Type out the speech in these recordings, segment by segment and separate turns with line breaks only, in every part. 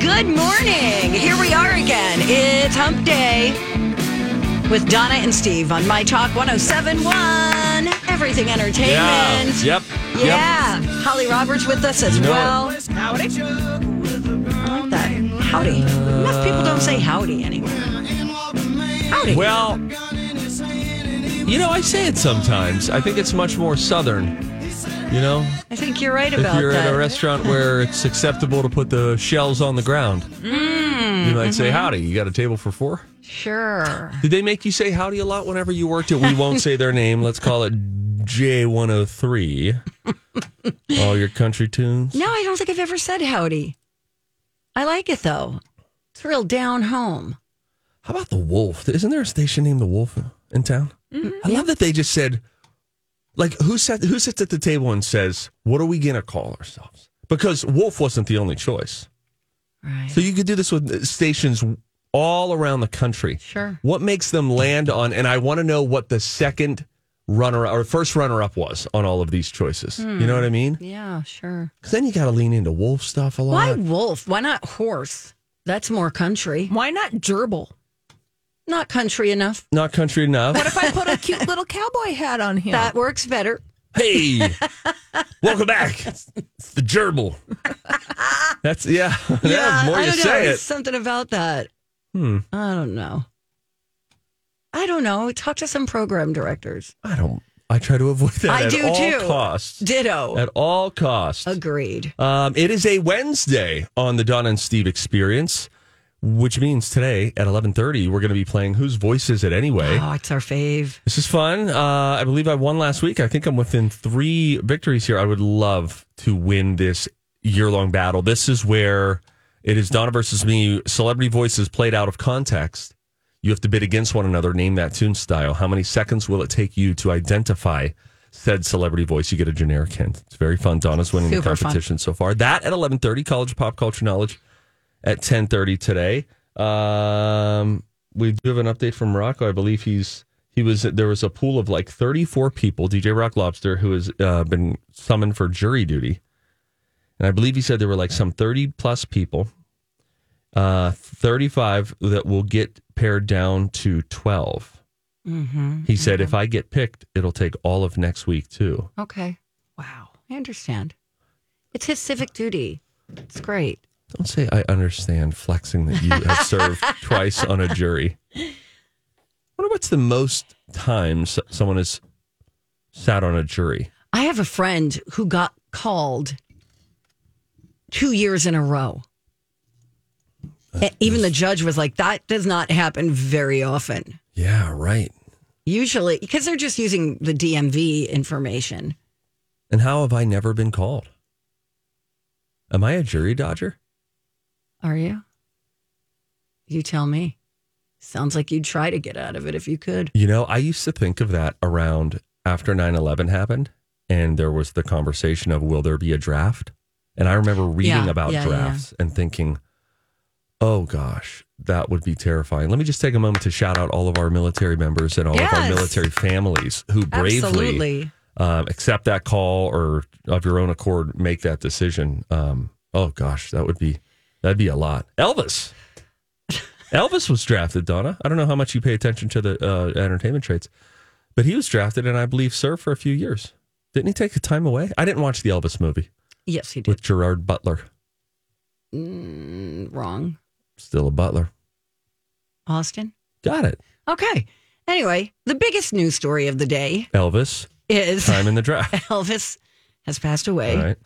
Good morning. Here we are again. It's Hump Day with Donna and Steve on My Talk 1071, Everything Entertainment.
Yep.
Yeah. Holly Roberts with us as
know.
well. Howdy. I like that. Howdy. Enough people don't say howdy anymore. Howdy.
Yep. Well, you know, I say it sometimes. I think it's much more southern. You know,
I think you're right
if
about
you're
that.
at a restaurant where it's acceptable to put the shells on the ground,
Mm,
you might
mm-hmm.
say, Howdy, you got a table for four?
sure.
Did they make you say howdy a lot whenever you worked at? We won't say their name. Let's call it J103. All your country tunes.
No, I don't think I've ever said howdy. I like it though. It's real down home.
How about the Wolf? Isn't there a station named the Wolf in town? I love that they just said, like, who sat, who sits at the table and says, "What are we gonna call ourselves?" Because Wolf wasn't the only choice.
Right.
So you could do this with stations all around the country.
Sure.
What makes them land on? And I want to know what the second runner or first runner up was on all of these choices. You know what I mean?
Yeah, sure.
Because then you got to lean into Wolf stuff a
Why
lot.
wolf? Why not horse? That's more country.
Why not gerbil?
Not country enough.
Not country enough.
What if I put a cute little cowboy hat on him?
That works better.
Hey, welcome back. It's the gerbil. That's yeah. Yeah, the more
I
you
don't
say
know. There's
it. Hmm.
Something about that. I don't know. I don't know. Talk to some program directors.
I don't. I try to avoid that
I
at
do
all
too.
costs.
Ditto.
At all costs.
Agreed.
Um, it is a Wednesday on the Don and Steve Experience, which means today at eleven thirty we're going to be playing "Whose Voice Is It Anyway."
Oh, it's our fave.
This is fun. Uh, I believe I won last week. I think I'm within three victories here. I would love to win this year long battle. This is where it is Donna versus me, celebrity voices played out of context. You have to bid against one another, name that tune style. How many seconds will it take you to identify said celebrity voice? You get a generic hint. It's very fun. Donna's winning
Super
the
fun.
competition so far. That at 1130, College of Pop Culture Knowledge at 10:30 today. Um, we do have an update from Morocco. I believe he's he was there was a pool of like 34 people. DJ Rock Lobster, who has uh, been summoned for jury duty, and I believe he said there were like some 30 plus people, uh, 35 that will get pared down to 12.
Mm-hmm.
He said, if I get picked, it'll take all of next week too.
Okay. Wow. I understand. It's his civic duty. It's great.
Don't say I understand flexing that you have served twice on a jury. I wonder what's the most times someone has sat on a jury.
I have a friend who got called two years in a row. E- Even the judge was like, that does not happen very often.
Yeah, right.
Usually, because they're just using the DMV information.
And how have I never been called? Am I a jury dodger?
Are you? You tell me. Sounds like you'd try to get out of it if you could.
You know, I used to think of that around after 9 11 happened, and there was the conversation of will there be a draft? And I remember reading
Yeah,
about
yeah, yeah.
drafts and thinking, oh gosh, that would be terrifying. Let me just take a moment to shout out all of our military members and all of our
Yes.
military families who bravely
Absolutely.
um, accept that call or of your own accord make that decision. Um, oh gosh, that would be that'd be a lot. Elvis. Elvis was drafted, Donna. I don't know how much you pay attention to the uh, entertainment trades, but he was drafted and I believe served for a few years. Didn't he take the time away? I didn't watch the Elvis movie
Yes, he did.
with Gerard Butler.
wrong.
Still a butler.
Austin?
Got it.
Okay. Anyway, the biggest news story of the day
Elvis,
is
time in the draft.
Elvis has passed away,
All right.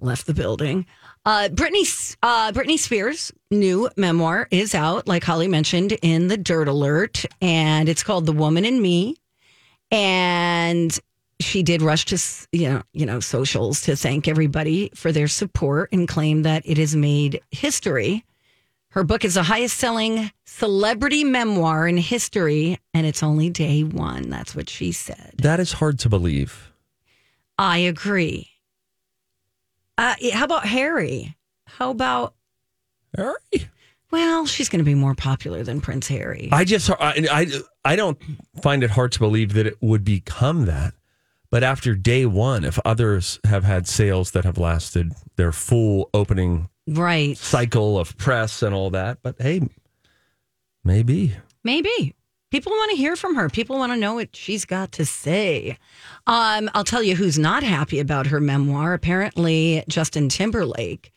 left the building. Uh, Britney, S- uh, Britney Spears' new memoir is out, like Holly mentioned in the Dirt Alert, and it's called "The Woman in Me." And she did rush to s- you know you know socials to thank everybody for their support and claim that it has made history. Her book is the highest selling celebrity memoir in history, and it's only day one. That's what she said.
That is hard to believe.
I agree. Uh, how about Harry? How about,
All right.
well, she's going to be more popular than Prince Harry.
I just I, I I don't find it hard to believe that it would become that. But after day one, if others have had sales that have lasted their full opening
right.
cycle of press and all that, but hey, maybe
Maybe. People want to hear from her. People want to know what she's got to say. Um, I'll tell you who's not happy about her memoir. Apparently, Justin Timberlake,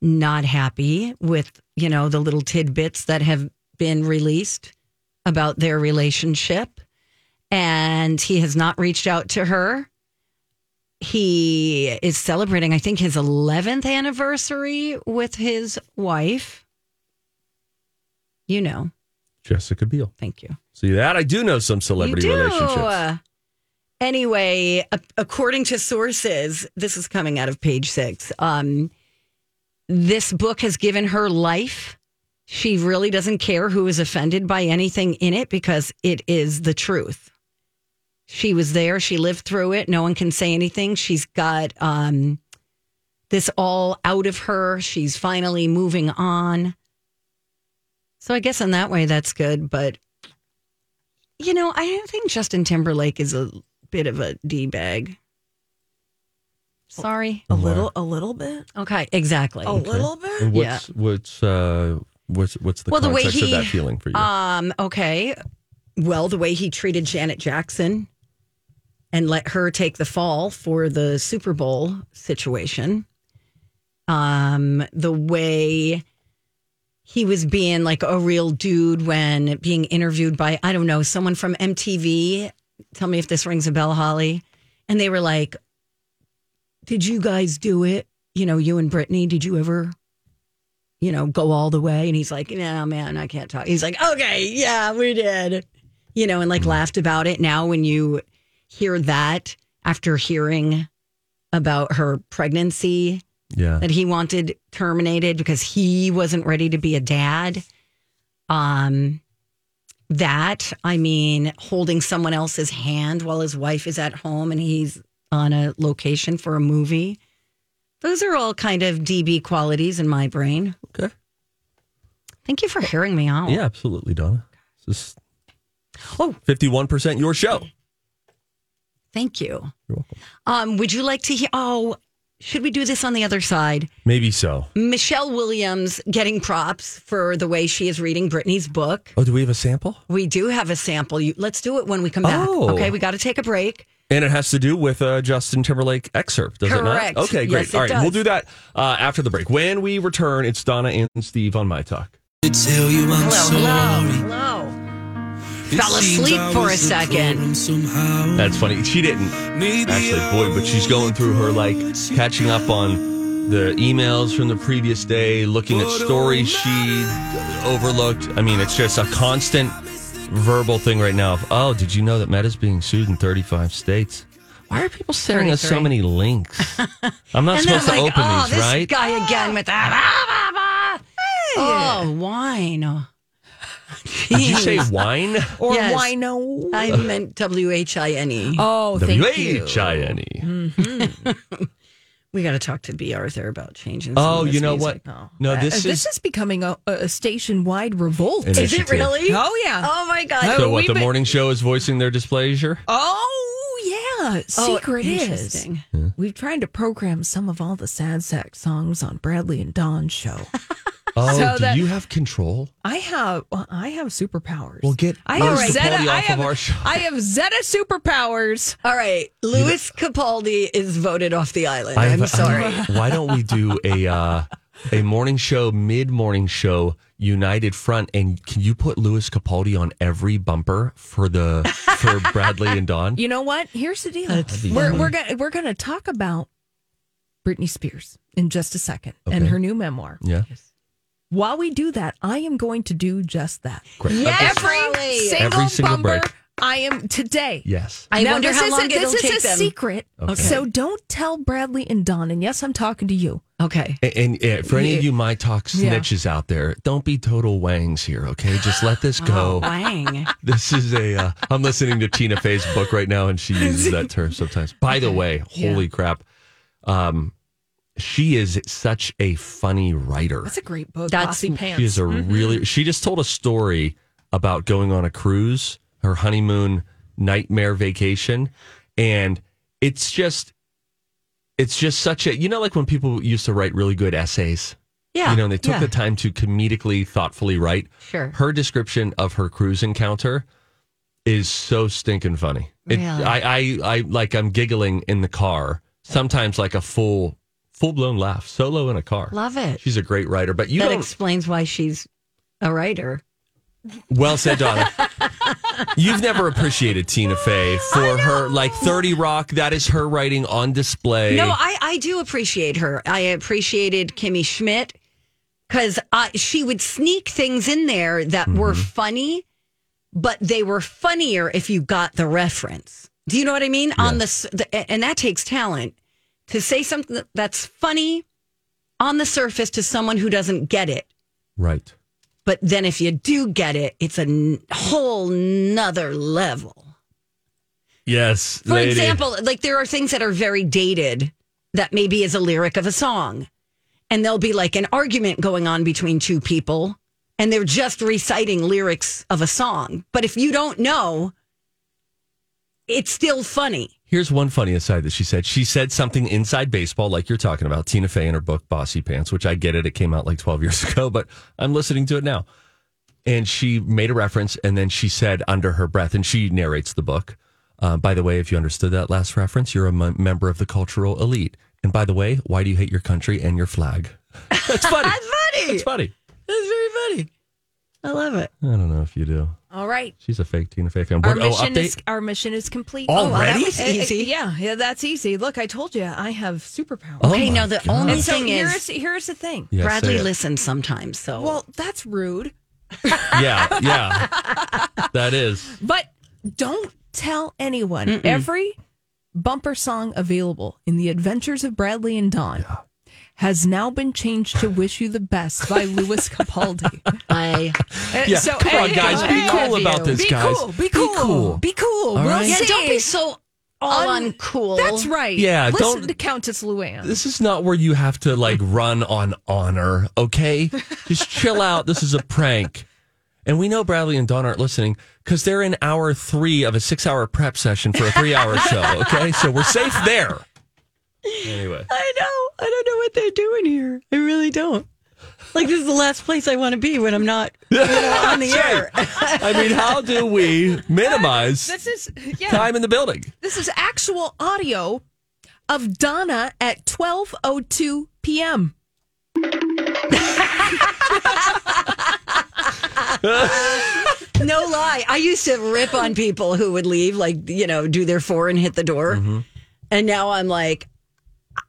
not happy with, you know, the little tidbits that have been released about their relationship. And he has not reached out to her. He is celebrating, I think, his 11th anniversary with his wife. You know,
Jessica Biel.
thank you.
See that I do know some celebrity
You do.
relationships.
Anyway, a- according to sources, this is coming out of page six. Um, this book has given her life. She really doesn't care who is offended by anything in it because it is the truth. She was there. She lived through it. No one can say anything. She's got um, this all out of her. She's finally moving on. So I guess in that way, that's good. But you know, I think Justin Timberlake is a bit of a d bag. Sorry.
A little, a little bit,
Okay, exactly.
a little bit.
And what's what's uh what's what's the
Well, the way
context
he-
of that feeling for you?
Um. Okay. Well, the way he treated Janet Jackson and let her take the fall for the Super Bowl situation. Um. The way he was being like a real dude when being interviewed by I don't know someone from MTV. Tell me if this rings a bell, Holly. And they were like, "Did you guys do it? You know, you and Brittany. Did you ever?" you know, go all the way. And he's like, no, man, I can't talk. He's like, okay, yeah, we did, you know, and like laughed about it. Now, when you hear that after hearing about her pregnancy
yeah.
that he wanted terminated because he wasn't ready to be a dad, um, that, I mean, holding someone else's hand while his wife is at home and he's on a location for a movie. Those are all kind of DB qualities in my brain.
Okay.
Thank you for hearing me out.
Yeah, absolutely, Donna. This
Oh.
is fifty-one percent your show.
Thank you.
You're welcome.
Um, would you like to hear? Oh, should we do this on the other side?
Maybe so.
Michelle Williams getting props for the way she is reading Britney's book.
Oh, do we have a sample?
We do have a sample. You, let's do it when we come back.
Oh.
Okay, we got to take a break.
And it has to do with a Justin Timberlake excerpt, does it
Correct.
not? Okay, great.
Yes, it
All right,
does.
we'll do that uh, after the break. When we return, it's Donna and Steve on My Talk.
Tell you I'm
Hello,
sorry.
hello, hello.
It
Fell
seems
asleep
I
for a
was the
second.
problem Somehow.
That's funny. She didn't
Maybe
actually,
I
boy, but she's going through her like catching up on the emails from the previous day, looking at stories she overlooked. I mean, it's just a constant verbal thing right now. Of, oh, did you know that Meta's being sued in 35 states? Why are people sending us so
33.
many links? I'm not
and then
supposed to
like,
open
oh,
these,
this
right?
guy again with that. Ah, bah, bah. Oh, wine.
Did you say wine?
Or
Yes.
wino.
I meant W H I N E.
oh, thank
W
you.
H I N E.
We got to talk to B Arthur about changing. some
Oh,
of his
you know
music.
what? No,
Uh,
this, is.
becoming a, a station-wide revolt.
It
Is it
Initiative.
really?
Oh, yeah.
Oh my god.
so, what
we've
the
been-
morning show is voicing their displeasure?
Oh yeah,
Oh,
secret is.
interesting.
We've tried to program some of all the sad sack songs on Bradley and Dawn's show.
Oh,
So
do
that-
you have control?
I have well, I have superpowers.
Well, get
I
Louis
have
Capaldi
Zeta. I
off of
have
our show.
I have Zeta superpowers.
All right, Louis Capaldi is voted off the island.
I
I'm
have-
sorry.
I- why don't we do a uh, a morning show, mid morning show, United Front, and can you put Louis Capaldi on every bumper for the for Bradley and Don?
You know what? Here's the deal.
That's
we're
funny.
we're gonna we're gonna talk about Britney Spears in just a second and
Okay.
her new memoir.
Yeah,
While we do that, I am going to do just that.
great.
Every single
Every single
bumper
break.
I am today.
Yes.
I
now,
wonder
this
how
is
long
a,
it'll
this is
take
a
them.
secret.
Okay.
So don't tell Bradley and Don. And yes, I'm talking to you.
Okay.
And, and, uh, for any of you my talk
Yeah.
snitches out there, don't be total wangs here, okay? Just let this go.
Oh,
Wang.
This is a. Uh, I'm listening to Tina Fey's book right now, and she uses that term sometimes. By the way, holy crap, um, she is such a funny writer.
That's Mm-hmm. a great book.
That's-
Bossy Pants.
She is a really. She just told a story about going on a cruise, her honeymoon nightmare vacation, and it's just, it's just such a. You know, like when people used to write really good essays.
Yeah.
You know, and they took the
yeah.
time to comedically, thoughtfully write.
Sure.
Her description of her cruise encounter is so stinking funny. It,
Really?
I, I, I, like, I'm giggling in the car. Sometimes, like a full, full blown laugh, solo in a car.
Love it.
She's a great writer, but you
that
don't.
explains why she's a writer.
Well said, Donna. You've never appreciated Tina Fey for her like 30 Rock. That is her writing on display.
No, I, I do appreciate her. I appreciated Kimmy Schmidt because she would sneak things in there that were funny, but they were funnier if you got the reference. Do you know what I mean? On the, s- the and that takes talent to say something that's funny on the surface to someone who doesn't get it.
right.
But then if you do get it, it's a n- whole nother level.
Yes.
For
lady.
example, like there are things that are very dated that maybe is a lyric of a song. And there'll be like an argument going on between two people and they're just reciting lyrics of a song. But if you don't know, it's still funny.
Here's one funny aside that she said. She said something inside baseball, like you're talking about, Tina Fey in her book, Bossy Pants, which I get it. It came out like 12 years ago, but I'm listening to it now. And she made a reference and then she said under her breath, and she narrates the book. Uh, by the way, if you understood that last reference, you're a m- member of the cultural elite. And by the way, why do you hate your country and your flag? That's funny. That's
funny.
That's funny.
That's very funny. I love it.
I don't know if you do.
All right.
She's a fake Tina Fey fan.
Our
What- oh,
mission
update?
is our mission is complete.
Oh, wow, that Already?
was
Eh, eh,
easy.
yeah, yeah, that's easy. Look, I told you I have superpowers.
Oh
okay,
my
now the
God.
only
and so
thing
here's
is
here's the thing.
Yeah, say
Bradley
it.
listens sometimes. So
Well, that's rude.
Yeah, yeah. that is.
But don't tell anyone. Every bumper song available in The Adventures of Bradley and Don has now been changed to Wish You the Best by Louis Capaldi.
I
Uh,
Yeah, come on, guys, be
I
cool
love
about this,
Be
guys.
Cool,
Be
be cool. Be
cool.
cool.
All
we'll
right.
see.
Yeah, don't be so all
Un-
uncool.
That's right.
Yeah,
Listen
don't-
to Countess Luann.
this is not where you have to like run on honor, okay? Just chill out. This is a prank. And we know Bradley and Don aren't listening because they're in hour three of a six hour prep session for a three hour show, okay? So we're safe there. Anyway,
I know. I don't know what they're doing here. I really don't. Like this is the last place I want to be when I'm not you know, on the air.
I mean, how do we minimize
This is yeah.
time in the building?
This is actual audio of Donna at 12:02 p.m.
No lie. I used to rip on people who would leave, like you know, do their four and hit the door.
Mm-hmm.
And now I'm like,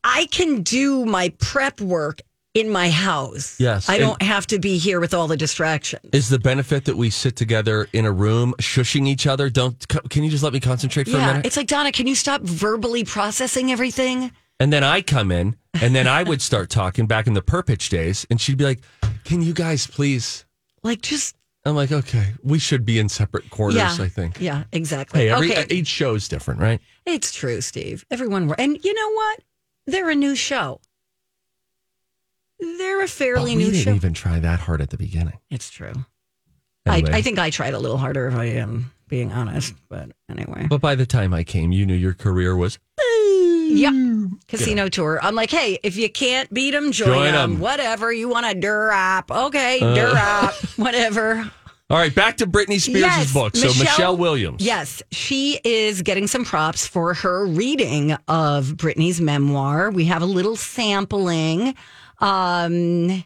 I can do my prep work in my house.
Yes,
I
and-
don't have to be here with all the distractions.
Is the benefit that we sit together in a room, shushing each other? Don't, can you just let me concentrate for a
Yeah,
minute?
it's like Donna. Can you stop verbally processing everything?
And then I come in, and then I would start talking back in the perpich days, and she'd be like, "Can you guys please?"
Like just
I'm like, "Okay, we should be in separate corners."
yeah,
I think.
Yeah, exactly.
Hey, every
okay.
each show is different, right?
It's true, Steve. Everyone, wor- and you know what? They're a new show. They're a
But
fairly
we
new
didn't
show.
even try that hard at the beginning.
It's true.
Anyway.
I, I think I tried a little harder, if I am being honest. But anyway,
But by the time I came, you knew your career was
yeah, casino tour. I'm like, hey, if you can't beat them, join,
Join Uh.
'em.
'em.
Whatever you want to drop, okay, drop, whatever.
all right. Back to Britney Spears'
Yes,
book. So Michelle,
Michelle-
Williams.
Yes, she is getting some props for her reading of Britney's memoir. We have a little sampling Um,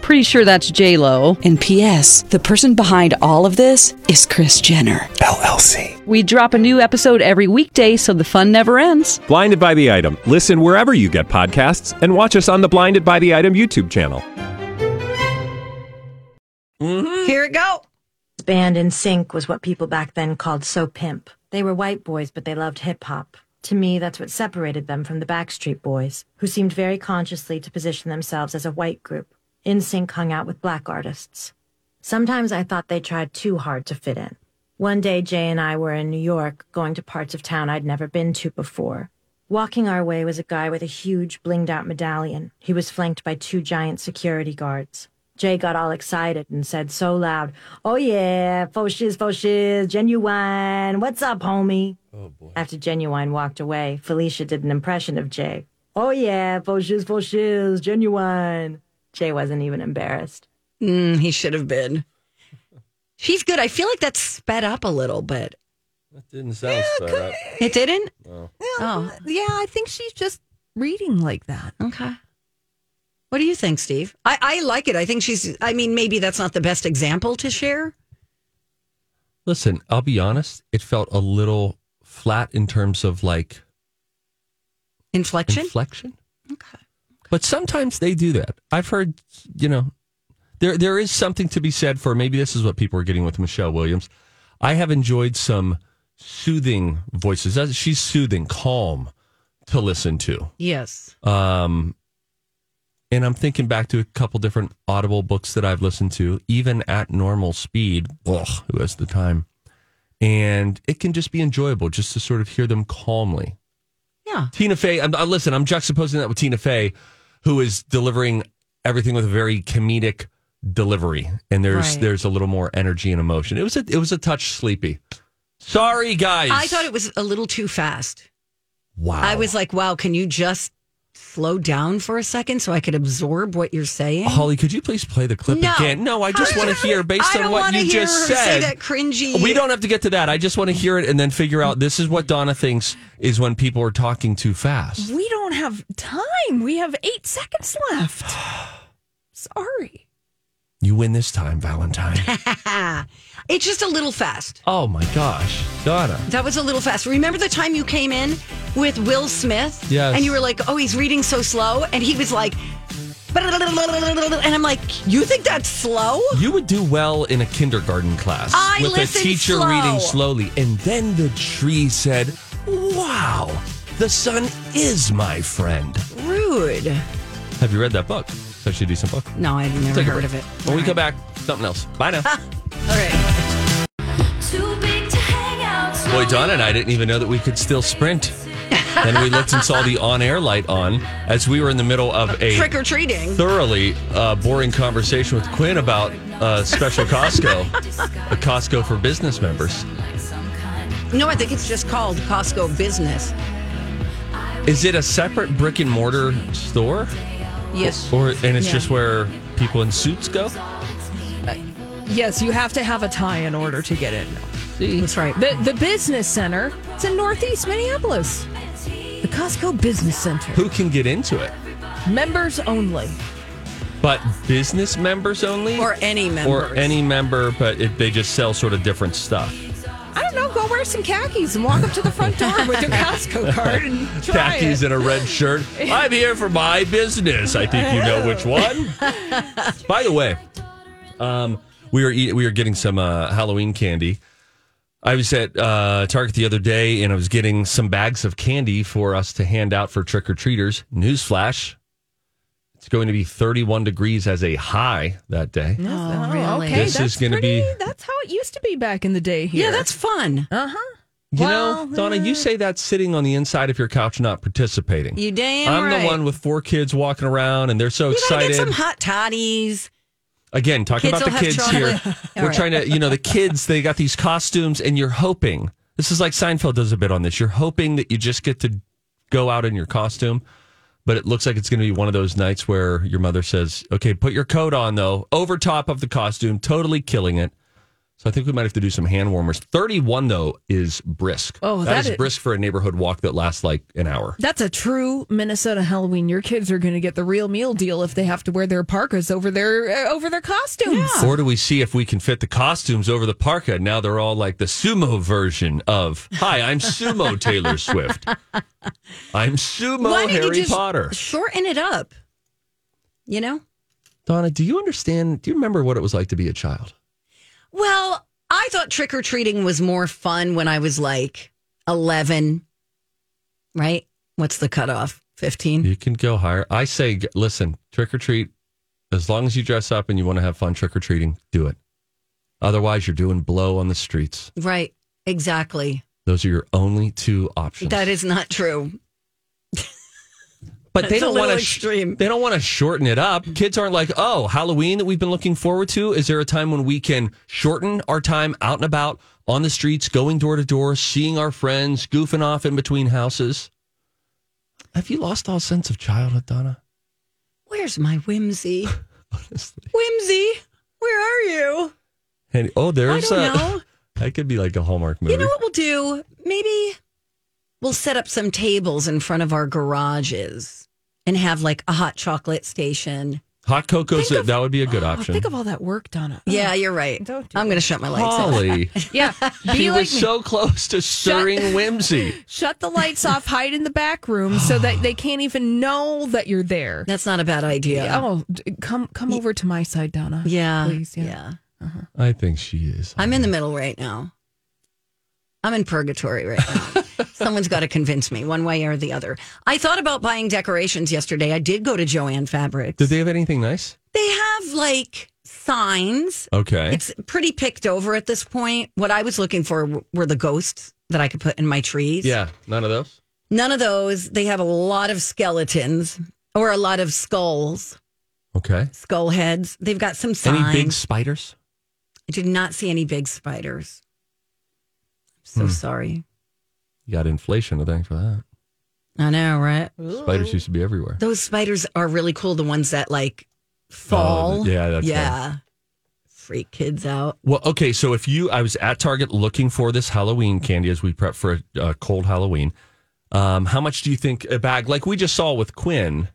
Pretty sure that's J Lo.
And P.S. The person behind all of this is Chris Jenner.
LLC.
We drop a new episode every weekday, so the fun never ends.
Blinded by the item. Listen wherever you get podcasts, and watch us on the Blinded by the Item YouTube channel.
Here it go.
Band in Sync was what people back then called So Pimp. They were white boys, but they loved hip hop. To me, that's what separated them from the Backstreet Boys, who seemed very consciously to position themselves as a white group. In Sync hung out with black artists. Sometimes I thought they tried too hard to fit in. One day, Jay and I were in New York, going to parts of town I'd never been to before. Walking our way was a guy with a huge, blinged out medallion. He was flanked by two giant security guards. Jay got all excited and said so loud, Oh yeah, faux shiz, faux shiz, genuine, what's up, homie? After Genuine walked away, Felicia did an impression of Jay. Oh yeah, faux shiz, faux shiz, genuine. Jay wasn't even embarrassed.
Mm, he should have been. She's good. I feel like that's sped up a little bit.
That didn't sound sped up.
It didn't?
Yeah, yeah, I think she's just reading like that.
Okay. What do you think, Steve? I, I like it. I think she's, I mean, maybe that's not the best example to share.
Listen, I'll be honest. It felt a little flat in terms of like
Inflection?
inflection.
okay.
But sometimes they do that. I've heard, you know, there there is something to be said for maybe this is what people are getting with Michelle Williams. I have enjoyed some soothing voices. As- She's soothing, calm to listen to.
Yes.
Um, and I'm thinking back to a couple different Audible books that I've listened to, even at normal speed. Ugh, who has the time? And it can just be enjoyable just to sort of hear them calmly.
Yeah.
Tina Fey. I'm, I, listen, I'm juxtaposing that with Tina Fey, who is delivering everything with a very comedic delivery, and there's
Right.
there's a little more energy and emotion. It was a it was a touch sleepy. Sorry, guys.
I thought it was a little too fast.
wow.
I was like, wow, can you just slow down for a second so I could absorb what you're saying?
Holly, could you please play the clip
No.
again? No, Oh, I just want to hear based
I
on
don't
what
wanna
you
hear
just
her
said.
Say that cringy.
We don't have to get to that. I just want to hear it and then figure out this is what Donna thinks is when people are talking too fast.
We don't have time. We have eight seconds left. Sorry.
You win this time, Valentine.
it's just a little fast.
oh my gosh, Donna.
That was a little fast. Remember the time you came in with Will Smith?
Yes.
And you were like, oh, he's reading so slow. And he was like, and I'm like, you think that's slow?
You would do well in a kindergarten class
I
with a
listen
teacher
slow.
reading slowly. And then the tree said, Wow, the sun is my friend.
Rude.
Have you read that book? It's actually a decent book.
No, I've never
Take a
heard
break.
of it.
When we come back, something else. Bye now.
All right.
Boy, Donna and I didn't even know that we could still sprint. and we looked and saw the on air light on as we were in the middle of a
Trick or treating.
thoroughly uh, boring conversation with Quinn about uh, special Costco, a Costco for business members.
No, I think it's just called Costco Business.
Is it a separate brick and mortar store,
Yes.
or and it's
Yeah.
just where people in suits go?
Yes, you have to have a tie in order to get in.
That's right.
The the business center. It's in Northeast Minneapolis. The Costco Business Center.
Who can get into it?
Members only.
But business members only,
Or any member.
or any member, but it, they just sell sort of different stuff.
I don't know. Go wear some khakis and walk up to the front door with your Costco card and try
Khakis
it.
and a red shirt. I'm here for my business. I think you know which one. By the way, um, we are eat, we are getting some uh, Halloween candy I was at uh, Target the other day and I was getting some bags of candy for us to hand out for trick or treaters. Newsflash. It's going to be 31 degrees as a high that day.
Oh,
really?
Okay,
This
that's
is gonna
pretty-
be-
That's how it used to be back in the day here.
Yeah, that's fun.
Uh huh.
You
Well,
know, Donna, you say that's sitting on the inside of your couch, not participating.
hmm. You damn
I'm
right.
the one with four kids walking around, and they're so
You gotta
excited.
get some hot toddies.
Again, talking
Kids
about the
will have
kids here.
chocolate.
We're
All right.
trying to, you know, the kids, they got these costumes, and you're hoping. This is like Seinfeld does a bit on this. You're hoping that you just get to go out in your costume, but it looks like it's going to be one of those nights where your mother says, okay, put your coat on, though, over top of the costume, totally killing it. So I think we might have to do some hand warmers. 31, though, is brisk. that
Oh, that
is,
is-
brisk for a neighborhood walk that lasts like an hour.
That's a true Minnesota Halloween. Your kids are going to get the real meal deal if they have to wear their parkas over their uh, over their costumes.
Or do we see if we can fit the costumes over the parka? Now they're all like the sumo version of Hi, I'm Sumo Taylor Swift. I'm Sumo Harry Potter.
shorten it up? You know?
Donna, do you understand? Do you remember what it was like to be a child?
Well, I thought trick or treating was more fun when I was like 11, right? What's the cutoff? 15?
You can go higher. I say, g- listen, trick or treat, as long as you dress up and you want to have fun trick or treating, do it. Otherwise, you're doing blow on the streets.
Right. Exactly.
Those are your only two options.
That is not true.
But they
It's a
don't
little
want to.
extreme.
They don't want to shorten it up. Kids aren't like, oh, Halloween that we've been looking forward to. Is there a time when we can shorten our time out and about on the streets, going door to door, seeing our friends, goofing off in between houses? Have you lost all sense of childhood, Donna?
Where's my whimsy?
Honestly.
Whimsy, where are you?
And oh, there's
I don't
a.
know.
That could be like a Hallmark movie.
You know what we'll do? Maybe we'll set up some tables in front of our garages and have like a hot chocolate station.
Hot cocoa's
Think of-
that would be a good
Oh,
option.
think of all that work, Donna. Oh,
Yeah, you're right.
Don't do
I'm going to shut my lights off.
Holly,
yeah.
she
Be like
was
me.
so close to stirring whimsy.
Shut the lights off. Hide in the back room so that they can't even know that you're there.
That's not a bad idea.
Oh, d- come come over to my side, Donna.
yeah.
please.
yeah.
Yeah.
I think she is.
I'm in the middle right now. I'm in purgatory right now. Someone's got to convince me one way or the other. I thought about buying decorations yesterday. I did go to Joanne Fabrics.
Did they have anything nice?
they have like signs.
Okay.
It's pretty picked over at this point. What I was looking for w- were the ghosts that I could put in my trees.
yeah, none of those.
None of those. They have a lot of skeletons or a lot of skulls,
Okay.
skull heads. They've got some signs.
Any big spiders?
I did not see any big spiders. I'm so
Hmm.
sorry.
You got inflation to thank for that.
I know, right?
Spiders used to be everywhere.
Those spiders are really cool. The ones that like fall.
Oh, yeah, that's
yeah. Freak kids out.
Well, okay. So if you, I was at Target looking for this Halloween candy as we prep for a, a cold Halloween. Um, how much do you think a bag, like we just saw with Quinn,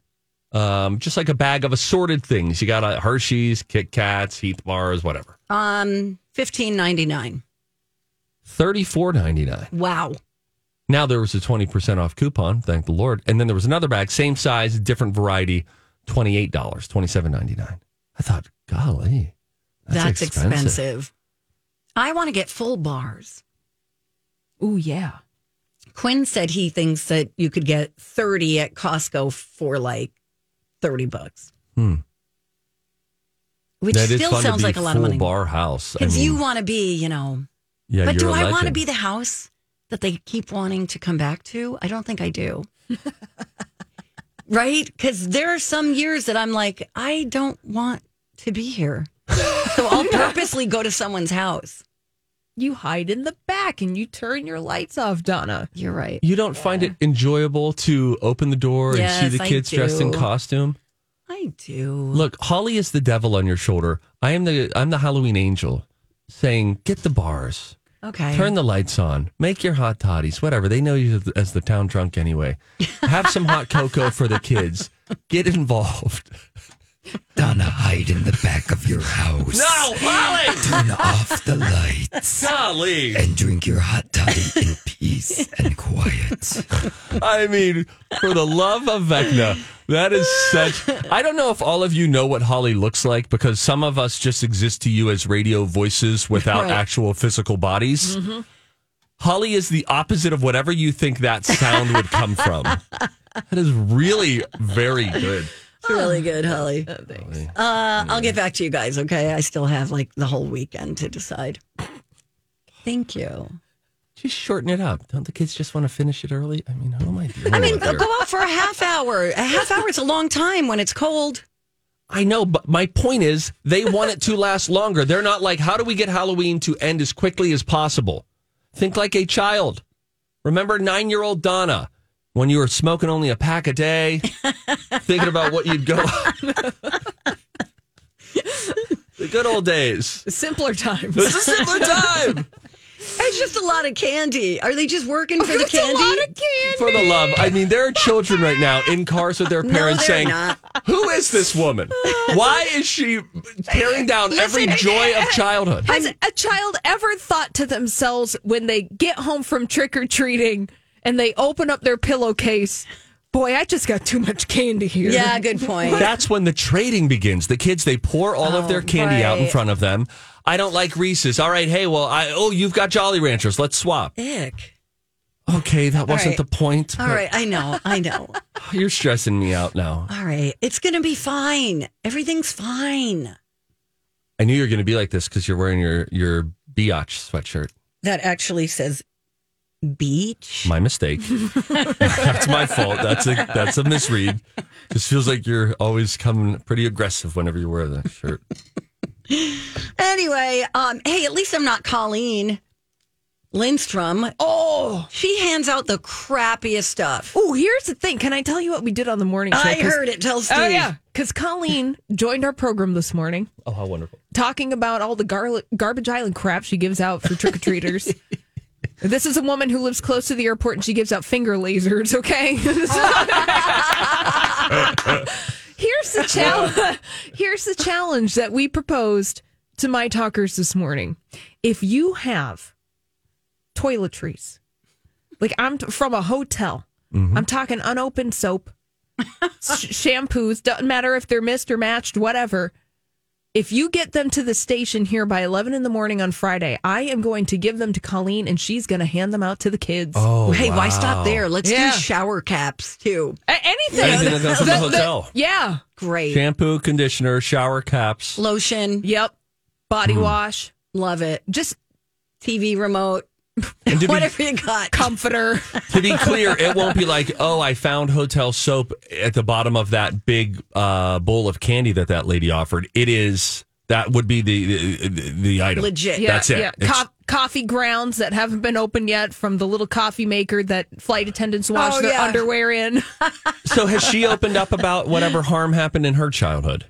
um, just like a bag of assorted things? You got uh, Hershey's, Kit Kats, Heath bars, whatever.
Um, fifteen ninety nine.
Thirty four ninety nine.
Wow.
Now there was a twenty percent off coupon, thank the Lord. And then there was another bag, same size, different variety, twenty eight dollars, twenty seven ninety nine. I thought, golly,
That's, expensive. I want to get full bars.
Oh yeah.
Quinn said he thinks that you could get 30 at Costco for like 30 bucks.
Hmm.
Which
That is
still
fun to
sounds
be
like a lot of
full
money.
Bar house. I
Because
mean,
you want to be, you know,
yeah,
but
you're
do
a
I want to
legend.
be the house that they keep wanting to come back to? I don't think I do. right? Because there are some years that I'm like, I don't want to be here. so I'll purposely go to someone's house.
You hide in the back and you turn your lights off, Donna.
You're right.
You don't find it enjoyable to open the door and
Yes,
see the
I
kids dressed in
do.
costume.
I do.
Look, Holly is the devil on your shoulder. I am the I'm the Halloween angel, saying get the bars.
Okay.
Turn the lights on. Make your hot toddies, whatever. They know you as the town drunk anyway. Have some hot cocoa for the kids. Get involved.
gonna hide in the back of your house.
No, Molly!
Turn off the lights.
Golly.
And drink your hot toddy in peace and quiet.
I mean, for the love of Vecna, that is such. I don't know if all of you know what Holly looks like because some of us just exist to you as radio voices without
Right.
actual physical bodies.
Mm-hmm.
Holly is the opposite of whatever you think that sound would come from. That is really very good.
It's really good, Holly. thanks. Uh, I'll get back to you guys, okay? I still have like the whole weekend to decide. Thank you.
Just shorten it up. Don't the kids just want to finish it early? I mean, who am I dealing
I mean,
with here?
go out for a half hour. A half hour is a long time when it's cold.
I know, but my point is they want it to last longer. They're not like, how do we get Halloween to end as quickly as possible? Think like a child. Remember nine year old Donna when you were smoking only a pack a day, thinking about what you'd go. the good old days.
Simpler times.
It's a simpler time.
It's just a lot of candy. Are they just working
Oh,
for the candy?
For the love. I mean, there are children right now in cars with their
No,
parents
they're
saying,
not.
Who is this woman? Why is she tearing down every joy of childhood?
Has a child ever thought to themselves when they get home from trick or treating and they open up their pillowcase, boy, I just got too much candy here?
Yeah, good point.
That's when the trading begins. The kids they pour all of their candy out in
Oh, right.
front of them. I don't like Reese's. All right, hey, well, I oh, you've got Jolly Ranchers. Let's swap.
Ick.
Okay, that wasn't
right.
the point.
All right, I know, I know.
but You're stressing me out now.
All right, it's gonna be fine. Everything's fine.
I knew you were going to be like this because you're wearing your your biatch sweatshirt.
That actually says beach.
My mistake. that's my fault. That's a that's a misread. Just feels like you're always coming pretty aggressive whenever you wear the shirt.
Anyway, um, hey, at least I'm not Colleen Lindstrom.
Oh,
she hands out the crappiest stuff.
Oh, here's the thing. Can I tell you what we did on the morning show?
I
'Cause-
heard it. Tell Steve.
Oh, yeah. Because Colleen joined our program this morning
Oh, how wonderful!
talking about all the garlic, garbage island crap she gives out for trick or treaters. this is a woman who lives close to the airport and she gives out finger lasers, okay? Here's the challenge. Here's the challenge that we proposed to my talkers this morning. If you have toiletries, like I'm t- from a hotel,
Mm-hmm.
Mhm.
I'm talking unopened soap, sh- shampoos. Doesn't matter if they're missed or matched, whatever. If you get them to the station here by 11 in the morning on Friday, I am going to give them to Colleen and she's going to hand them out to the kids.
Oh, Hey, why stop there? Let's
Yeah.
do shower caps too.
A- anything.
Anything that comes from the hotel.
yeah.
Great.
Shampoo, conditioner, shower caps.
Lotion.
Yep. Body
Mm.
wash.
Love it.
Just
TV remote.
And to be-
Whatever you got.
Comforter.
to be clear, it won't be like, oh, I found hotel soap at the bottom of that big uh, bowl of candy that that lady offered. It is that would be the the, the, the item. That's it. It's-
Co- coffee grounds that haven't been opened yet from the little coffee maker that flight attendants wash
Oh,
their
yeah.
underwear in.
so has she opened up about whatever harm happened in her childhood?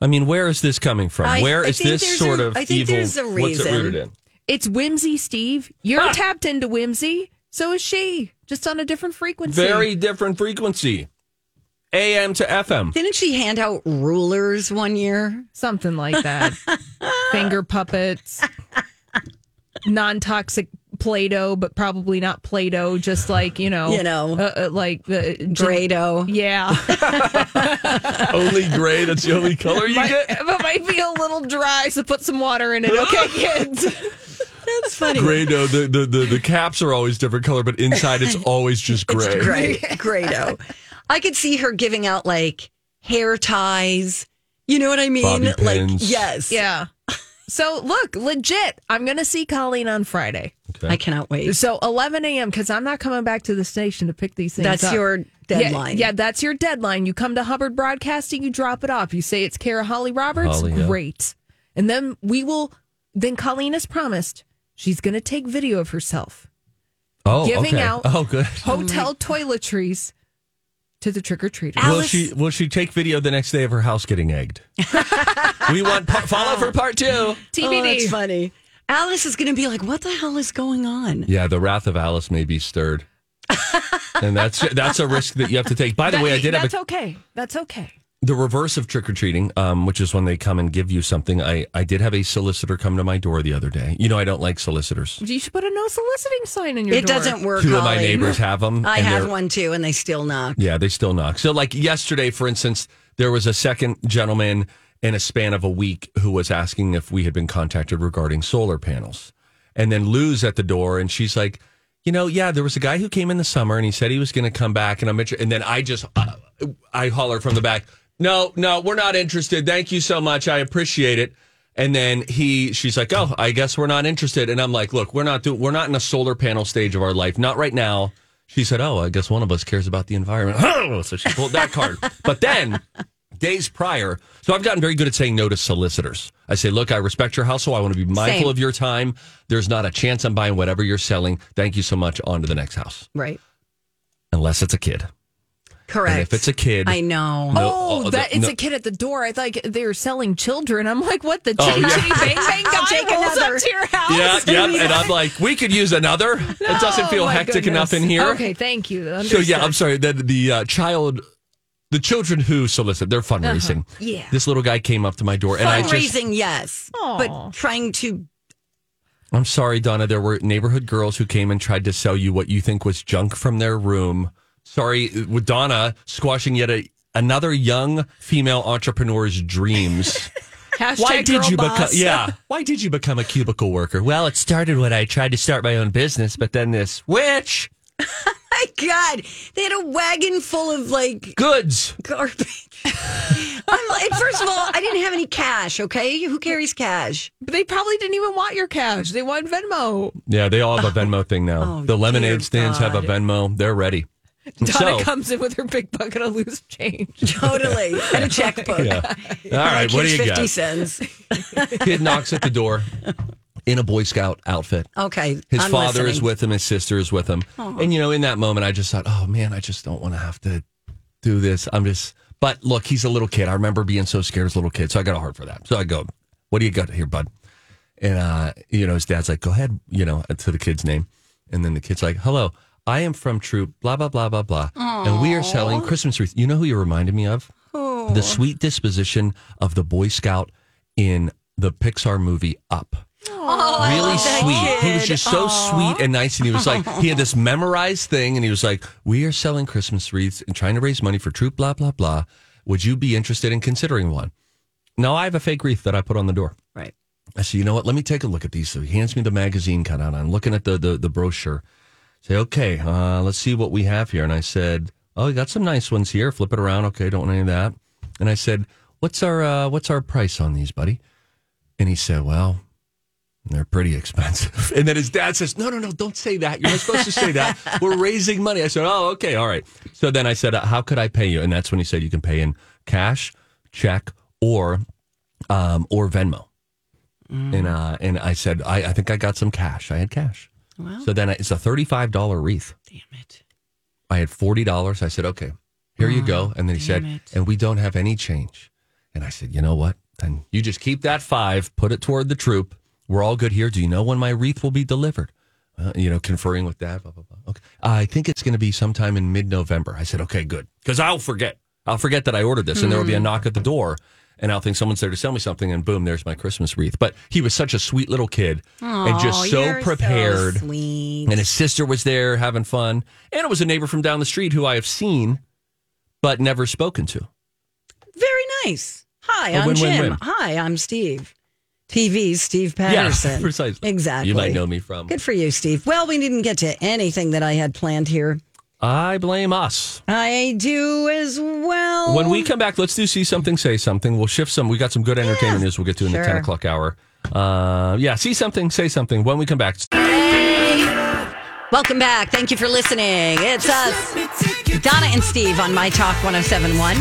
I mean, where is this coming from?
I-
where
I
is
think
this
there's
sort
a-
of
I think
evil?
there's a
What's it
reason.
rooted in?
It's whimsy, Steve. You're tapped into whimsy. So is she, just on a different frequency.
Very different frequency, AM to FM.
Didn't she hand out rulers one year?
Something like that. Finger puppets, non toxic Play Doh, but probably not Play Doh, just like, you know,
You know.
uh, uh, like uh,
Grado.
Yeah.
only gray. That's the only color you
might,
get.
But might be a little dry, so put some water in it, okay, kids?
That's funny.
Grado. The, the the the caps are always different color, but inside it's always just gray.
Great. Grado. I could see her giving out like hair ties. You know what I mean?
Bobby pins.
Like yes.
Yeah. So look, legit, I'm going to see Colleen on Friday.
Okay. I
cannot wait.
So 11 a.m. because I'm not coming back to the station to pick these things.
That's
up.
your
Yeah,
deadline. Oh,
Yeah, that's your deadline. You come to Hubbard Broadcasting, you drop it off. You say it's Kara Holly Roberts.
Holly, yeah.
Great, and then we will. Then Colleen has promised she's going to take video of herself
Oh,
giving
okay.
out
Oh, good.
hotel toiletries to the trick or treaters.
Will she will she take video the next day of her house getting egged? we want pa- follow for part two.
Oh, that's funny. Alice is going to be like, "What the hell is going on?"
Yeah, the wrath of Alice may be stirred, and that's that's a risk that you have to take. By the
That-
way, I did have
that's
a,
okay. That's okay.
the reverse of trick or treating, um, which is when they come and give you something. I, I did have a solicitor come to my door the other day. You know, I don't like solicitors.
You should put a no soliciting sign in your
It
door.
doesn't work.
Two of my
Holly.
neighbors have 'em,
I
and
have
they're-
one too, and they still knock.
Yeah, they still knock. So, like yesterday, for instance, there was a second gentleman in a span of a week who was asking if we had been contacted regarding solar panels. And then Lou's at the door and she's like, you know, yeah, there was a guy who came in the summer and he said he was going to come back. And I'm interested. And then I just, uh, I holler from the back, no, no, we're not interested. Thank you so much. I appreciate it. And then he, she's like, oh, I guess we're not interested. And I'm like, look, we're not doing, we're not in a solar panel stage of our life. Not right now. She said, oh, I guess one of us cares about the environment. Oh, so she pulled that card. But then days prior, so I've gotten very good at saying no to solicitors. I say, look, I respect your household. I want to be mindful
Same.
of your time. There's not a chance I'm buying whatever you're selling. Thank you so much. On to the next house.
Right.
Unless it's a kid.
Correct.
And if it's a kid.
I know.
No,
Oh,
uh,
that
the-
it's
no.
a kid at the door. I thought they were selling children. I'm like, what the
Oh,
chitty
yeah.
chitty bang bang guy
Take
rolls
another.
up to your house.
Yeah, yeah. And I'm like, we could use another. it doesn't feel
Oh, my
hectic
goodness.
enough in here.
Okay, thank you.
So yeah, I'm
Understood.
sorry. The, the uh, child, the children who solicit, they're fundraising.
Uh-huh. Yeah.
This little guy came up to my door, and I just,
Fundraising, yes, but trying to.
I'm sorry, Donna. There were neighborhood girls who came and tried to sell you what you think was junk from their room. Sorry, with Donna squashing yet a, another young female entrepreneur's dreams.
Hashtag
Why did
girl
you become?
boss.
Yeah. Why did you become a cubicle worker? Well, it started when I tried to start my own business, but then this witch
My God, they had a wagon full of like
goods.
garbage. I'm like, first of all, I didn't have any cash. Okay, who carries cash?
But they probably didn't even want your cash. They want Venmo.
Yeah, they all have a Venmo thing now.
Oh,
the
dear
lemonade stands have a
God.
Venmo. They're ready.
Donna
So-
comes in with her big bucket of loose change.
Totally. And a checkbook.
Yeah. All right, what do you
Fifty
got?
cents.
Kid knocks at the door in a Boy Scout outfit.
Okay,
His
I'm
father is
listening.
with him, his sister is with him.
Aw.
And, you know, in that moment, I just thought, oh man, I just don't want to have to do this. I'm just, but look, he's a little kid. I remember being so scared as a little kid. So I got a heart for that. So I go, what do you got here, bud? And, uh, you know, his dad's like, go ahead, you know, uh, to the kid's name. And then the kid's like, hello, I am from Troop, blah, blah, blah, blah, blah. And we are selling Christmas wreaths. You know who you reminded me of? The sweet disposition of the Boy Scout in the Pixar movie Up
Oh,
really sweet. He was just so sweet and nice. And he was like, he had this memorized thing, and he was like, "We are selling Christmas wreaths and trying to raise money for Troop blah blah blah. Would you be interested in considering one?" No, I have a fake wreath that I put on the door.
Right.
I said, "You know what? Let me take a look at these." So he hands me the magazine cutout. I'm looking at the the, the brochure. Say, "Okay, uh, let's see what we have here." And I said, "Oh, you got some nice ones here. Flip it around. Okay, don't want any of that." And I said, "What's our uh, what's our price on these, buddy?" And he said, "Well, they're pretty expensive. And then his dad says, No, no, no, don't say that. You're not supposed to say that. We're raising money. I said, Oh, okay, all right. So then I said, uh, How could I pay you? And that's when he said, You can pay in cash, check, or um, or Venmo. And uh, and I said, I, I think I got some cash. I had cash.
Wow.
So then I, it's a $35 wreath. Damn it. I had $40. I said, Okay, here you go. And then he said, And we don't have any change. And I said, You know what? Then you just keep that five, put it toward the troop. We're all good here. Do you know when my wreath will be delivered? Uh, you know, conferring with that, blah, blah, blah. Okay. I think it's going to be sometime in mid November. I said, okay, good. Because I'll forget. I'll forget that I ordered this and there will be
Hmm.
a knock at the door and I'll think someone's there to sell me something and boom, there's my Christmas wreath. But he was such a sweet little kid and
Aw,
just so
you're
prepared.
sweet.
and his sister was there having fun. And it was a neighbor from down the street who I have seen but never spoken to.
Very nice. Hi,
A
I'm
win-win-win.
Jim. Hi, I'm Steve. TV's Steve
Yeah,
Patterson.
precisely.
Exactly.
You might know me from.
Good for you, Steve. Well, we didn't get to anything that I had planned here.
I blame us.
I do as well.
When we come back, let's do see something, say something. We'll shift some. We got some good entertainment news. We'll get to in
Sure.
the ten o'clock hour. Uh, yeah, see something, say something. When we come back,
Welcome back. Thank you for listening. It's us, Donna and Steve on My Talk 1071.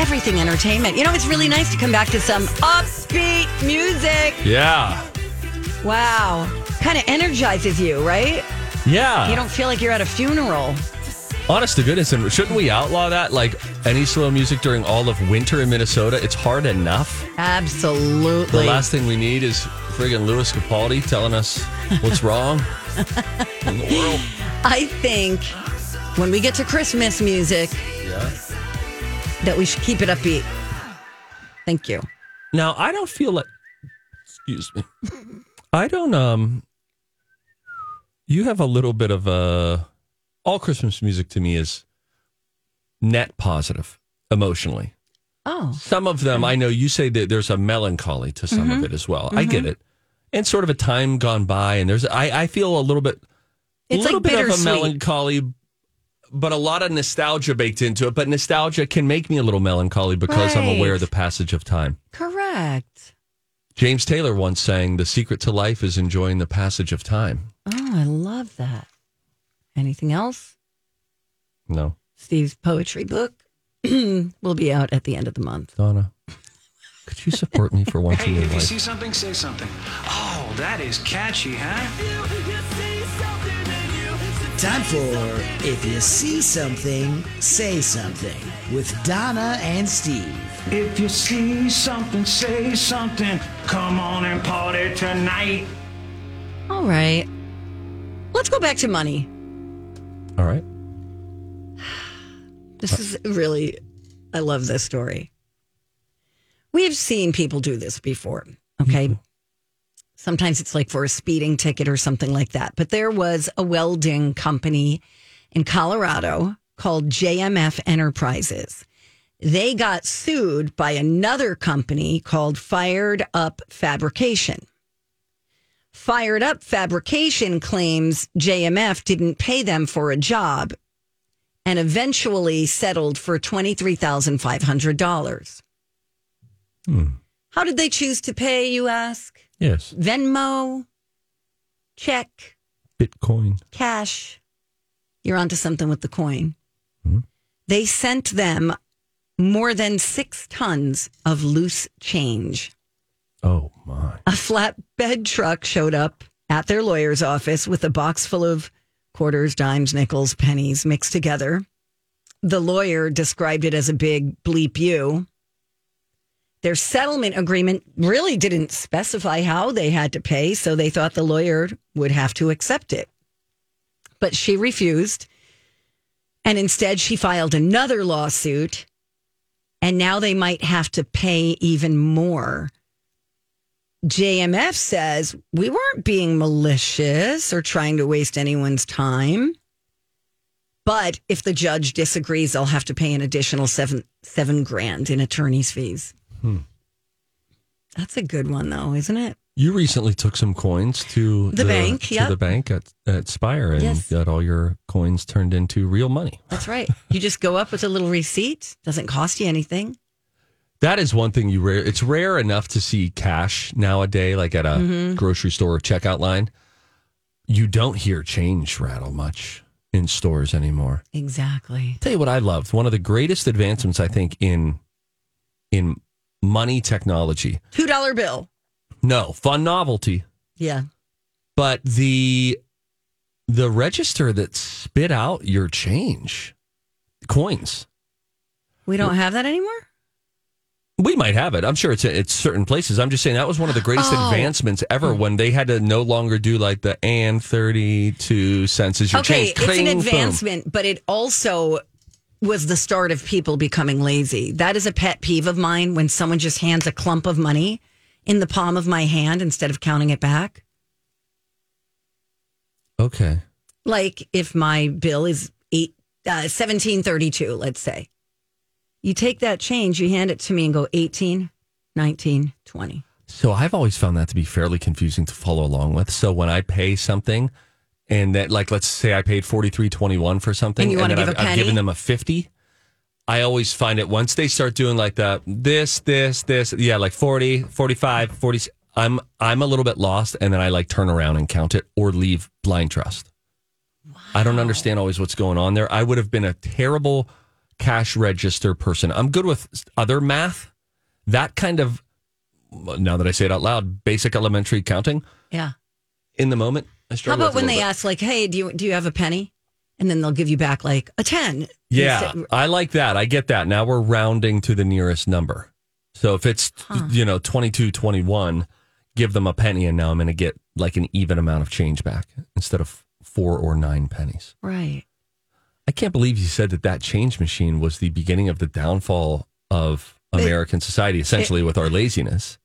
Everything entertainment. You know, it's really nice to come back to some upbeat music.
yeah,
Wow. Kind of energizes you, right?
yeah.
You don't feel like you're at a funeral.
Honest to goodness, and shouldn't we outlaw that? Like any slow music during all of winter in Minnesota, it's hard enough. The
Absolutely.
last thing we need is friggin' Lewis Capaldi telling us what's wrong in the world.
I think when we get to Christmas music,
Yeah.
that we should keep it upbeat. Thank you.
Now I don't feel like. Excuse me. I don't. Um. You have a little bit of a. All Christmas music to me is net positive emotionally.
Oh.
Some of them, I know you say that there's a melancholy to some
Mhm.
of it as well. I get
Mhm.
it. And sort of a time gone by, and there's I, I feel a little bit, a
It's
little
like
bit of a
bittersweet.
melancholy, but a lot of nostalgia baked into it. But nostalgia can make me a little melancholy because I'm aware of the
Right.
passage of time.
Correct.
James Taylor once sang, "The secret to life is enjoying the passage of time."
Oh, I love that. Anything else?
No,
Steve's poetry book will be out at the end of the month.
Donna, could you support me for once in your
Hey, if you
life?
see something, say something. Oh, that is catchy, huh?
Time for If You See Something, Say Something with Donna and Steve.
If you see something, say something. Come on and party tonight.
All right. Let's go back to money.
All right.
This is really, I love this story. We've seen people do this before. Okay. Sometimes it's like for a speeding ticket or something like that. But there was a welding company in Colorado called JMF Enterprises. They got sued by another company called Fired Up Fabrication. Fired Up Fabrication claims JMF didn't pay them for a job and eventually settled for $23,500. How did they choose to pay, you ask?
Yes,
Venmo, check,
Bitcoin.
cash. You're onto something with the coin. They sent them more than six tons of loose change.
Oh my!
A flatbed truck showed up at their lawyer's office with a box full of quarters, dimes, nickels, pennies mixed together. The lawyer described it as a big bleep you. Their settlement agreement really didn't specify how they had to pay, so they thought the lawyer would have to accept it. But she refused. And instead, she filed another lawsuit. And now they might have to pay even more. JMF says we weren't being malicious or trying to waste anyone's time. But if the judge disagrees, they'll have to pay an additional seven seven grand in attorney's fees.
Hmm.
That's a good one, though, isn't it?
You recently took some coins to
The bank,
to
yep.
the bank at, at Spire, and
Yes.
got all your coins turned into real money.
That's right. you just go up with a little receipt. Doesn't cost you anything.
That is one thing you rare. It's rare enough to see cash nowadays, like at a
Mhm.
grocery store checkout line. You don't hear change rattle much in stores anymore.
Exactly.
Tell you what I loved. One of the greatest advancements I think in in money technology.
Two dollar bill.
No, fun novelty.
Yeah.
but the the register that spit out your change coins
We don't have that anymore.
we might have it i'm sure it's it's certain places i'm just saying that was one of the greatest
Oh.
advancements ever when they had to no longer do like the and 32 cents is your
okay,
change
it's an
Cling, boom.
advancement, but it also was the start of people becoming lazy. That is a pet peeve of mine when someone just hands a clump of money in the palm of my hand instead of counting it back.
okay
Like if my bill is eight uh, seventeen thirty two, let's say, you take that change, you hand it to me, and go 18, 19, 20.
So I've always found that to be fairly confusing to follow along with. So when I pay something, and that like let's say I paid forty three twenty one for something,
And you wanna
then
give
I've,
a
I've given
penny?
them a fifty. I always find it once they start doing like the this this this yeah like 40 45 40 I'm I'm a little bit lost and then I like turn around and count it or leave blind trust. I don't understand always what's going on there. I would have been a terrible cash register person. I'm good with other math. That kind of now that I say it out loud, basic elementary counting
Yeah.
in the moment. I
How
struggle
about
with
when
it a
they
little
ask, like, hey, do you, do you have a penny? And then they'll give you back like a 10.
bit. Yeah, I like that. I get that. Now we're rounding to the nearest number. So if it's you know twenty two twenty one, give them a penny, and now I'm going to get like an even amount of change back instead of four or nine pennies.
Right.
I can't believe you said that that change machine was the beginning of the downfall of American society, essentially, with our laziness.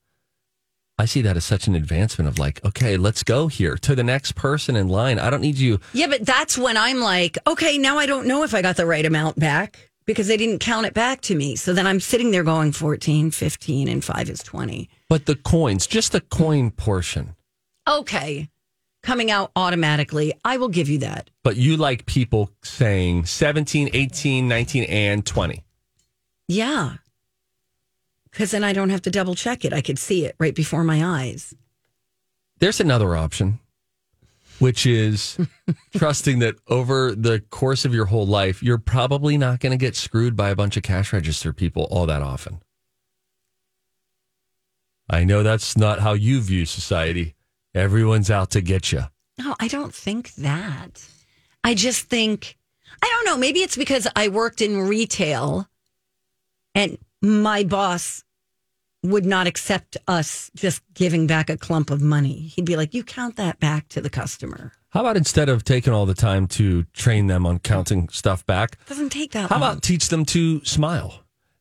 I see that as such an advancement of like, okay, let's go here to the next person in line. I don't need you.
Yeah, but that's when I'm like, okay, now I don't know if I got the right amount back because they didn't count it back to me. So then I'm sitting there going 14, 15, and five is 20.
But the coins, just the coin portion.
Okay. Coming out automatically. I will give you that.
But you like people saying 17, 18, 19, and 20.
Yeah. Because then I don't have to double check it. I could see it right before my eyes.
There's another option, which is trusting that over the course of your whole life, you're probably not going to get screwed by a bunch of cash register people all that often. I know that's not how you view society. Everyone's out to get you.
No, I don't think that. I just think, I don't know. Maybe it's because I worked in retail and my boss would not accept us just giving back a clump of money. He'd be like, you count that back to the customer.
How about instead of taking all the time to train them on counting stuff back,
Doesn't take that
how
long.
about Uh-huh. teach them to smile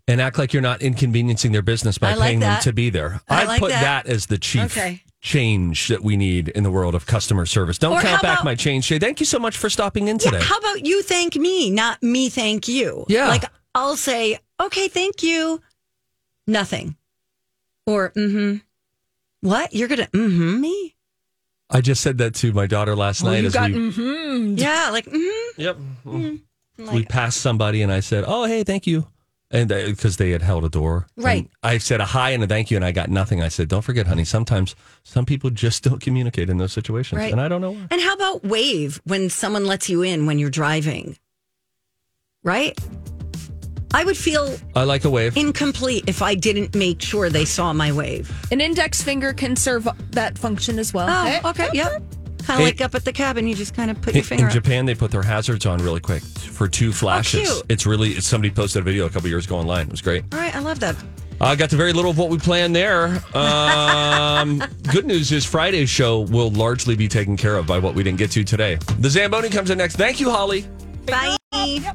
and act like you're not inconveniencing their business by
I like
paying
that.
them to be there?
I
I'd
like
put
that.
that. as the chief
Okay.
change that we need in the world of customer service. Don't
Or how
count back
about-
my change. Say, thank you so much for stopping in today.
Yeah, how about you thank me, not me thank you?
Yeah.
Like I'll say, okay, thank you. Nothing. Or, mm hmm. What? You're going to, mm hmm, me?
I just said that to my daughter last night as we
mm-hmm. Yeah, like, mm hmm.
Yep. we passed somebody and I said, "Oh, hey, thank you." And because they had held a door. And
Right.
I said a hi and a thank you and I got nothing. I said, "Don't forget, honey, sometimes some people just don't communicate in those situations."
Right.
And I don't know why.
And how about wave when someone lets you in when you're driving? Right? I would feel
I like a wave.
incomplete if I didn't make sure they saw my wave.
An index finger can serve that function as well.
Oh, okay, yep. Kind
Hey-
of like up at the cabin, you just kind of put
In,
your finger
in
up. Oh,
Japan, they put their hazards on really quick for two flashes.
cute.
it's really somebody posted a video a couple years ago online. It was great.
All right, I love that.
I got to very little of what we planned there. Um, good news is Friday's show will largely be taken care of by what we didn't get to today. The Zamboni comes in next. Thank you, Holly.
Bye.